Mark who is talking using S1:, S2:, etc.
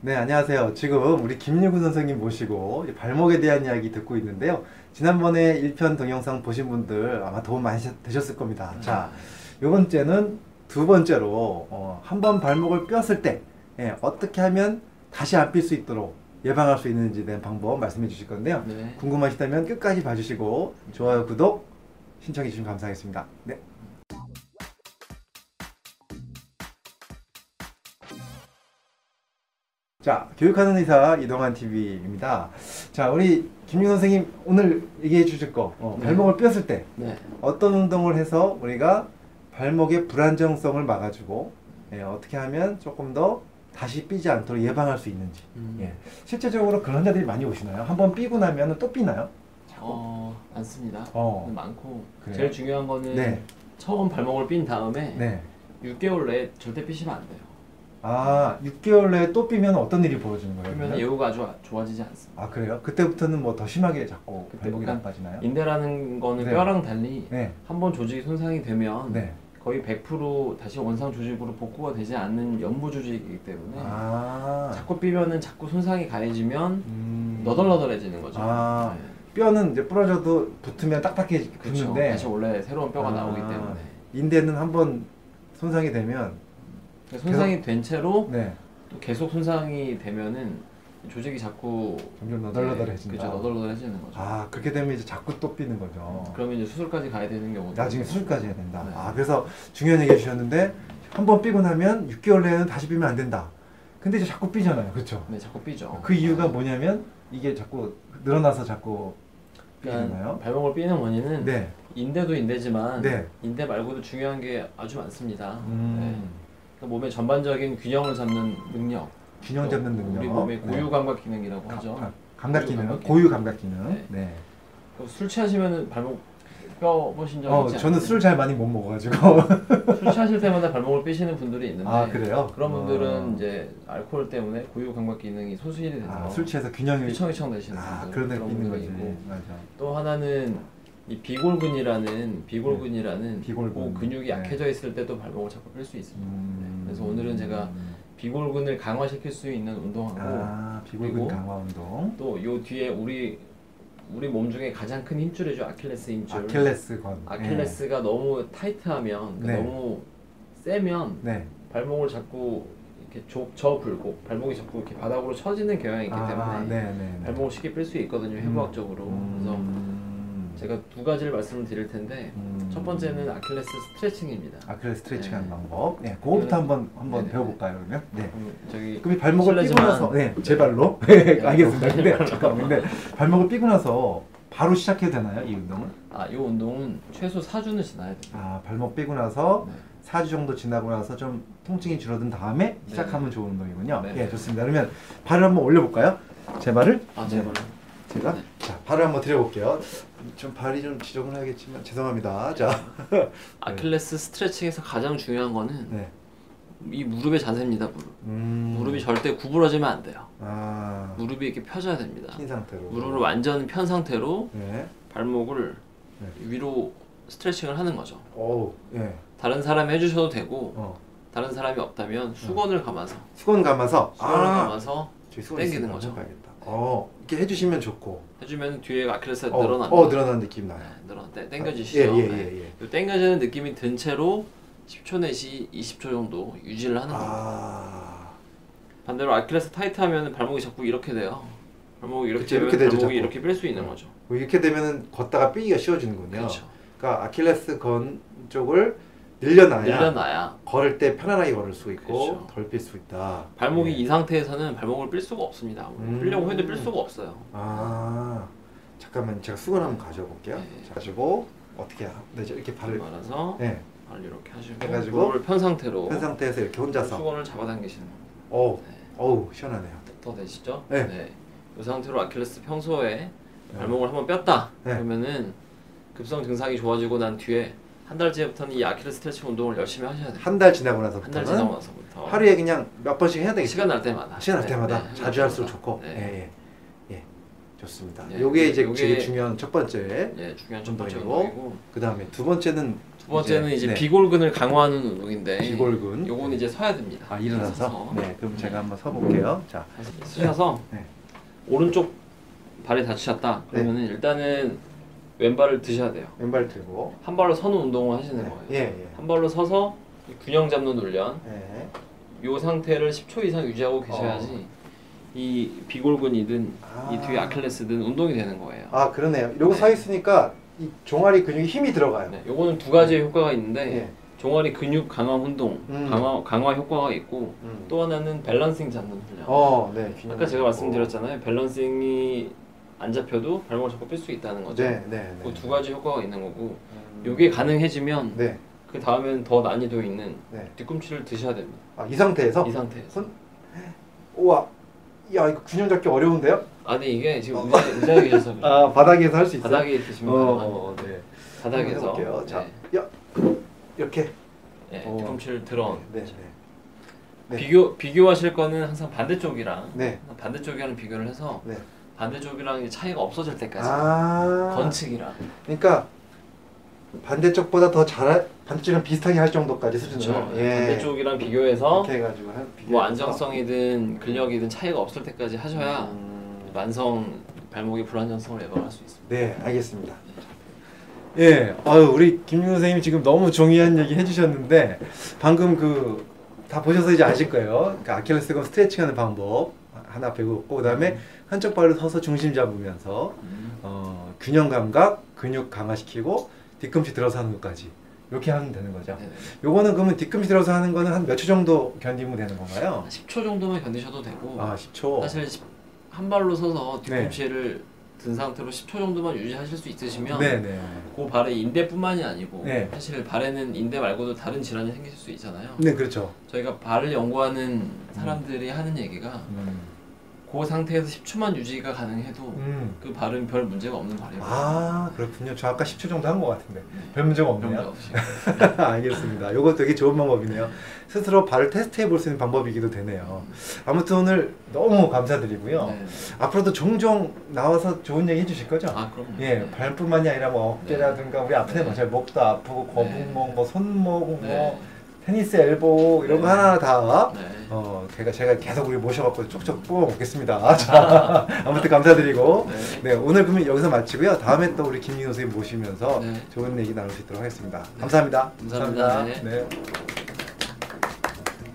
S1: 네, 안녕하세요. 지금 우리 김유구 선생님 모시고 이 발목에 대한 이야기 듣고 있는데요. 지난번에 1편 동영상 보신 분들 아마 도움 많이 셔- 되셨을 겁니다. 자, 요번 째는 두 번째로 어, 한번 발목을 뼈었을 때 예, 어떻게 하면 다시 안 삘 수 있도록 예방할 수 있는지에 대한 방법 말씀해 주실 건데요.
S2: 네.
S1: 궁금하시다면 끝까지 봐주시고 좋아요, 구독 신청해 주시면 감사하겠습니다. 네. 자, 교육하는 의사 이동환 TV입니다. 자, 우리 김윤 선생님 오늘 얘기해 주실 거 어,
S2: 네.
S1: 발목을 뼈었을 때
S2: 네.
S1: 어떤 운동을 해서 우리가 발목의 불안정성을 막아주고 예, 어떻게 하면 조금 더 다시 삐지 않도록 예방할 수 있는지
S2: 음.
S1: 예. 실제적으로 그런 환자들이 많이 오시나요? 한번 삐고 나면 또 삐나요?
S2: 어, 많습니다.
S1: 어.
S2: 많고.
S1: 그래요?
S2: 제일 중요한 거는
S1: 네.
S2: 처음 발목을 삔 다음에
S1: 네.
S2: 6개월 내에 절대 삐시면 안 돼요.
S1: 아, 6개월 내에 또 삐면 어떤 일이 벌어지는 거예요?
S2: 그러면
S1: 그러면?
S2: 예후가 아주 좋아지지 않습니다.
S1: 아, 그래요? 그때부터는 뭐 더 심하게 자꾸
S2: 그때
S1: 발목이
S2: 약간
S1: 나빠지나요?
S2: 인대라는 거는
S1: 네.
S2: 뼈랑 달리
S1: 네.
S2: 한 번 조직이 손상이 되면
S1: 네.
S2: 거의 100% 다시 원상 조직으로 복구가 되지 않는 연부 조직이기 때문에
S1: 아.
S2: 자꾸 삐면은 자꾸 손상이 가해지면
S1: 음.
S2: 너덜너덜해지는 거죠.
S1: 아,
S2: 네.
S1: 뼈는 이제 부러져도 붙으면 딱딱해
S2: 그렇죠.
S1: 붙는데
S2: 다시 원래 새로운 뼈가
S1: 아.
S2: 나오기 때문에
S1: 인대는 한번 손상이 되면
S2: 손상이 된 채로
S1: 네.
S2: 또 계속 손상이 되면은 조직이 자꾸
S1: 점점 너덜너덜해진다.
S2: 그죠 너덜너덜해지는 거죠.
S1: 아, 그렇게 되면 이제 자꾸 또 삐는 거죠.
S2: 그러면 이제 수술까지 가야 되는 경우도
S1: 나중에 수술까지 해야 된다.
S2: 네.
S1: 아, 그래서 중요한 얘기 해주셨는데, 한 번 삐고 나면 6개월 내에는 다시 삐면 안 된다. 근데 이제 자꾸 삐잖아요. 그쵸?
S2: 네 자꾸 삐죠.
S1: 그 이유가
S2: 네.
S1: 뭐냐면, 이게 자꾸 늘어나서 자꾸
S2: 그러니까
S1: 삐잖아요.
S2: 발목을 삐는 원인은
S1: 네.
S2: 인대도 인대지만
S1: 네.
S2: 인대 말고도 중요한 게 아주 많습니다. 네.
S1: 음,
S2: 그러니까 몸의 전반적인 균형을 잡는 능력,
S1: 균형 잡는
S2: 또
S1: 능력.
S2: 우리 몸의 고유
S1: 네.
S2: 감각 기능이라고
S1: 감-
S2: 하죠.
S1: 감- 감각 기능,
S2: 고유 감각 기능.
S1: 고유 감각 기능. 네.
S2: 네. 그럼 술 취하시면은 발목 뼈 보신 적
S1: 어,
S2: 있지
S1: 저는
S2: 않나요?
S1: 술을 잘 많이 못 먹어가지고.
S2: 네. 술 취하실 때마다 발목을 삐시는 분들이 있는데
S1: 아, 그래요?
S2: 그런 분들은
S1: 어.
S2: 이제 알코올 때문에 고유 감각 기능이 소수일이 돼서
S1: 아, 술 취해서 균형이.
S2: 휘청휘청 되시는
S1: 아,
S2: 분들
S1: 그런 애 삐는
S2: 분들이
S1: 거지.
S2: 있고 네.
S1: 맞아.
S2: 또 하나는 이 비골근이라는 비골근이라는
S1: 네. 비골근.
S2: 그 근육이
S1: 네.
S2: 약해져 있을 때도 발목을 자꾸 뺄 수 있습니다.
S1: 음.
S2: 네. 그래서 오늘은 제가 비골근을 강화시킬 수 있는 운동하고
S1: 아, 비골근
S2: 그리고
S1: 강화 운동.
S2: 또 요 뒤에 우리 우리 몸 중에 가장 큰 힘줄이죠 아킬레스 힘줄.
S1: 아킬레스건.
S2: 아킬레스가 너무 타이트하면 그러니까
S1: 네.
S2: 너무 세면
S1: 네. 네.
S2: 발목을 자꾸 이렇게 조, 저불고 발목이 자꾸 이렇게 바닥으로 처지는 경향이 있기 때문에
S1: 아, 네, 네, 네.
S2: 발목을 쉽게 뺄 수 있거든요 해부학적으로
S1: 음.
S2: 그래서 제가 두 가지를 말씀을 드릴 텐데
S1: 음.
S2: 첫 번째는 아킬레스 스트레칭입니다
S1: 아킬레스 스트레칭하는
S2: 네.
S1: 방법. 네, 그거부터 한번 한번
S2: 네, 네.
S1: 배워볼까요, 그러면? 네.
S2: 그럼 음, 저기
S1: 그럼 이 발목을 삐고
S2: 실례지만-
S1: 나서, 네, 제 발로. 알겠습니다. 근데 잠깐, 근데 발목을 삐고 나서 바로 시작해도 되나요, 이 운동을?
S2: 아이 운동은 최소 4주는 지나야 돼요
S1: 아, 발목 삐고 나서
S2: 네.
S1: 4주 정도 지나고 나서 좀 통증이 줄어든 다음에
S2: 네.
S1: 시작하면 좋은 운동이군요.
S2: 네.
S1: 예, 좋습니다. 그러면 발을 한번 올려볼까요? 제 발을?
S2: 아 제발
S1: 네. 제가
S2: 네.
S1: 자 발을 한번 드려볼게요. 좀 발이 좀 지저분 하겠지만 죄송합니다. 자,
S2: 아킬레스 스트레칭에서 가장 중요한 거는
S1: 네,
S2: 이 무릎의 자세입니다 무릎
S1: 음,
S2: 무릎이 절대 구부러지면 안 돼요
S1: 아,
S2: 무릎이 이렇게 펴져야 됩니다
S1: 핀 상태로
S2: 무릎을 완전 편 상태로
S1: 네,
S2: 발목을
S1: 네.
S2: 위로 스트레칭을 하는 거죠.
S1: 어우, 예,
S2: 다른 사람이 해주셔도 되고
S1: 어,
S2: 다른 사람이 없다면 수건을 감아서
S1: 수건 감아서,
S2: 수건을 감아서
S1: 저희 수건
S2: 당기는
S1: 있으니까
S2: 거죠.
S1: 한번 봐야겠다. 어, 이렇게 해주시면 좋고,
S2: 해주면 뒤에 아킬레스가
S1: 어,
S2: 네, 늘어납니다.
S1: 어, 늘어나는 느낌 나요.
S2: 네, 늘어났대. 당겨지시죠.
S1: 예, 예,
S2: 네.
S1: 예, 예.
S2: 요 당겨지는 느낌이 든 채로 10초 내지 20초 정도 유지를 하는 거예요.
S1: 아,
S2: 반대로 아킬레스 타이트하면 발목이 자꾸 이렇게 돼요. 발목이 이렇게
S1: 그치,
S2: 되면
S1: 이렇게 되죠,
S2: 발목이
S1: 자꾸.
S2: 이렇게 뺄 수 있는 거죠.
S1: 뭐 이렇게 되면은 걷다가 삐기가 쉬워지는군요.
S2: 그렇죠.
S1: 그러니까 아킬레스 건 쪽을 늘려놔야
S2: 늘려놔야
S1: 걸을 때 편안하게 걸을 수 있고
S2: 그렇죠.
S1: 덜 뺄 수 있다.
S2: 발목이
S1: 네.
S2: 이 상태에서는 발목을 뺄 수가 없습니다.
S1: 음.
S2: 뺄려고 해도 뺄 수가 없어요.
S1: 아 잠깐만 제가 수건 한번 가져볼게요.
S2: 네.
S1: 자, 가지고 어떻게 해야 되죠? 네, 이렇게 발을
S2: 말아서
S1: 네,
S2: 발을 이렇게 하시고
S1: 해가지고
S2: 무릎을 편 상태로
S1: 편 상태에서 이렇게 혼자서
S2: 네. 수건을 잡아당기시는 거예요.
S1: 어우
S2: 네.
S1: 어우 시원하네요.
S2: 더 되시죠?
S1: 네.
S2: 이 상태로 아킬레스 평소에
S1: 네.
S2: 발목을 한번 뺐다
S1: 네.
S2: 그러면은 급성 증상이 좋아지고 난 뒤에 한 달째부터는 이 아킬레스 스트레칭 운동을 열심히 하셔야 돼요.
S1: 한 달 지나고 나서부터는
S2: 한 달 지나고 나서부터
S1: 하루에 그냥 몇 번씩 해야 되겠죠?
S2: 시간 날 때마다
S1: 시간 날
S2: 네,
S1: 때마다
S2: 네,
S1: 자주 할수록
S2: 때마다.
S1: 좋고
S2: 네.
S1: 예예 예. 예. 좋습니다.
S2: 네,
S1: 요게 이제
S2: 요게-
S1: 제일 중요한 첫 번째.
S2: 예, 중요한 첫 번째
S1: 운동이고.
S2: 운동이고
S1: 그 다음에 두 번째는
S2: 두 번째는 이제,
S1: 네,
S2: 비골근을 강화하는 운동인데
S1: 비골근.
S2: 네. 요건 이제 서야 됩니다.
S1: 아 일어나서.
S2: 서서.
S1: 네, 그럼 제가 한번 서볼게요. 자,
S2: 쓰셔서
S1: 네.
S2: 오른쪽 발이 다치셨다 그러면은 일단은 왼발을 드셔야 돼요.
S1: 왼발 들고.
S2: 한 발로 서는 운동을 하시는
S1: 네,
S2: 거예요.
S1: 예, 예.
S2: 한 발로 서서 균형 잡는 훈련
S1: 예.
S2: 요 상태를 10초 이상 유지하고 계셔야지 이 비골근이든
S1: 아.
S2: 이 뒤에 아킬레스든 운동이 되는 거예요.
S1: 아 그러네요. 이러고
S2: 네.
S1: 서 있으니까 이 종아리 근육에 힘이 들어가요.
S2: 네, 요거는 두 가지의 효과가 있는데
S1: 예.
S2: 종아리 근육 강화 운동,
S1: 음.
S2: 강화 강화 효과가 있고
S1: 음.
S2: 또 하나는 밸런싱 잡는 훈련.
S1: 어, 네. 균형
S2: 아까 제가
S1: 잡고.
S2: 말씀드렸잖아요. 밸런싱이 안 잡혀도 발목을 잡고 뺄 수 있다는 거죠.
S1: 네, 네, 네.
S2: 그 두 가지 효과가 있는 거고
S1: 음.
S2: 요게 가능해지면
S1: 네,
S2: 그 다음엔 더 난이도 있는
S1: 네.
S2: 뒤꿈치를 드셔야 됩니다.
S1: 아, 이 상태에서
S2: 이 상태에서.
S1: 손 우와. 야, 이거 균형 잡기 어려운데요?
S2: 아니 이게 지금 의자, 의자에 계셔서 그래요.
S1: 아, 바닥에서 할 수 있어요.
S2: 네. 바닥에 드시면
S1: 어,
S2: 가능합니다.
S1: 어, 네.
S2: 바닥에서
S1: 한번 해볼게요. 자.
S2: 네,
S1: 야. 이렇게.
S2: 네,
S1: 어.
S2: 뒤꿈치를 들어
S1: 네, 네. 네.
S2: 비교 비교하실 거는 항상 반대쪽이랑
S1: 네.
S2: 반대쪽이랑 비교를 해서
S1: 네.
S2: 반대쪽이랑 이제 차이가 없어질 때까지
S1: 아.
S2: 건측이랑
S1: 그러니까 반대쪽보다 더 잘, 반대쪽이랑 비슷하게 할 정도까지 수준으로.
S2: 그렇죠. 반대쪽이랑 비교해서
S1: 예. 이렇게 해가지고 한-
S2: 뭐
S1: 비교해서.
S2: 안정성이든 근력이든 차이가 없을 때까지 하셔야
S1: 음.
S2: 만성 발목의 불안정성을 예방할 수 있습니다.
S1: 네, 알겠습니다. 예, 아유, 우리 김윤 선생님 지금 너무 중요한 얘기 해주셨는데, 방금 그, 다 보셔서 이제 아실 거예요. 그 아킬레스건 스트레칭 하는 방법 하나 배웠고, 그 다음에 한쪽 발로 서서 중심 잡으면서, 어, 균형 감각, 근육 강화시키고, 뒤꿈치 들어서 하는 것까지. 이렇게 하면 되는 거죠.
S2: 네네.
S1: 요거는 그러면 뒤꿈치 들어서 하는 거는 한 몇 초 정도 견디면 되는 건가요?
S2: 한 10초 정도만 견디셔도 되고
S1: 아, 10초.
S2: 사실 십- 한 발로 서서
S1: 네.
S2: 뒤꿈치를 든 상태로 10초 정도만 유지하실 수 있으시면
S1: 네네.
S2: 그 발의 인대뿐만이 아니고
S1: 네.
S2: 사실 발에는 인대 말고도 다른 질환이 생길 수 있잖아요.
S1: 네, 그렇죠.
S2: 저희가 발을 연구하는 사람들이 하는 얘기가
S1: 음.
S2: 그 상태에서 10초만 유지가 가능해도
S1: 음.
S2: 그 발은 별 문제가 없는 발이에요.
S1: 아 그렇군요. 저 아까 10초 정도 한 것 같은데 별 문제가
S2: 문제
S1: 없네요.
S2: 없이.
S1: 알겠습니다. 이거 되게 좋은 방법이네요. 스스로 발을 테스트해 볼 수 있는 방법이기도 되네요. 아무튼 오늘 너무 감사드리고요.
S2: 네.
S1: 앞으로도 종종 나와서 좋은 얘기 해주실 거죠?
S2: 아 그럼요.
S1: 예,
S2: 네.
S1: 발뿐만이 아니라 뭐 어깨라든가 우리 아픈 데
S2: 네.
S1: 맞아요. 목도 아프고 거북목, 뭐 손목,
S2: 네.
S1: 뭐 테니스 엘보 이런 거
S2: 네.
S1: 하나 다
S2: 네.
S1: 어, 제가 제가 계속 우리 모셔갖고 쪽쪽 뽑아 먹겠습니다. 자, 아무튼 감사드리고 네,
S2: 네.
S1: 오늘 그러면 여기서 마치고요. 다음에 또 우리 김민호 선생님 모시면서
S2: 네.
S1: 좋은 얘기 나눌 수 있도록 하겠습니다. 네. 감사합니다.
S2: 감사합니다.
S1: 네.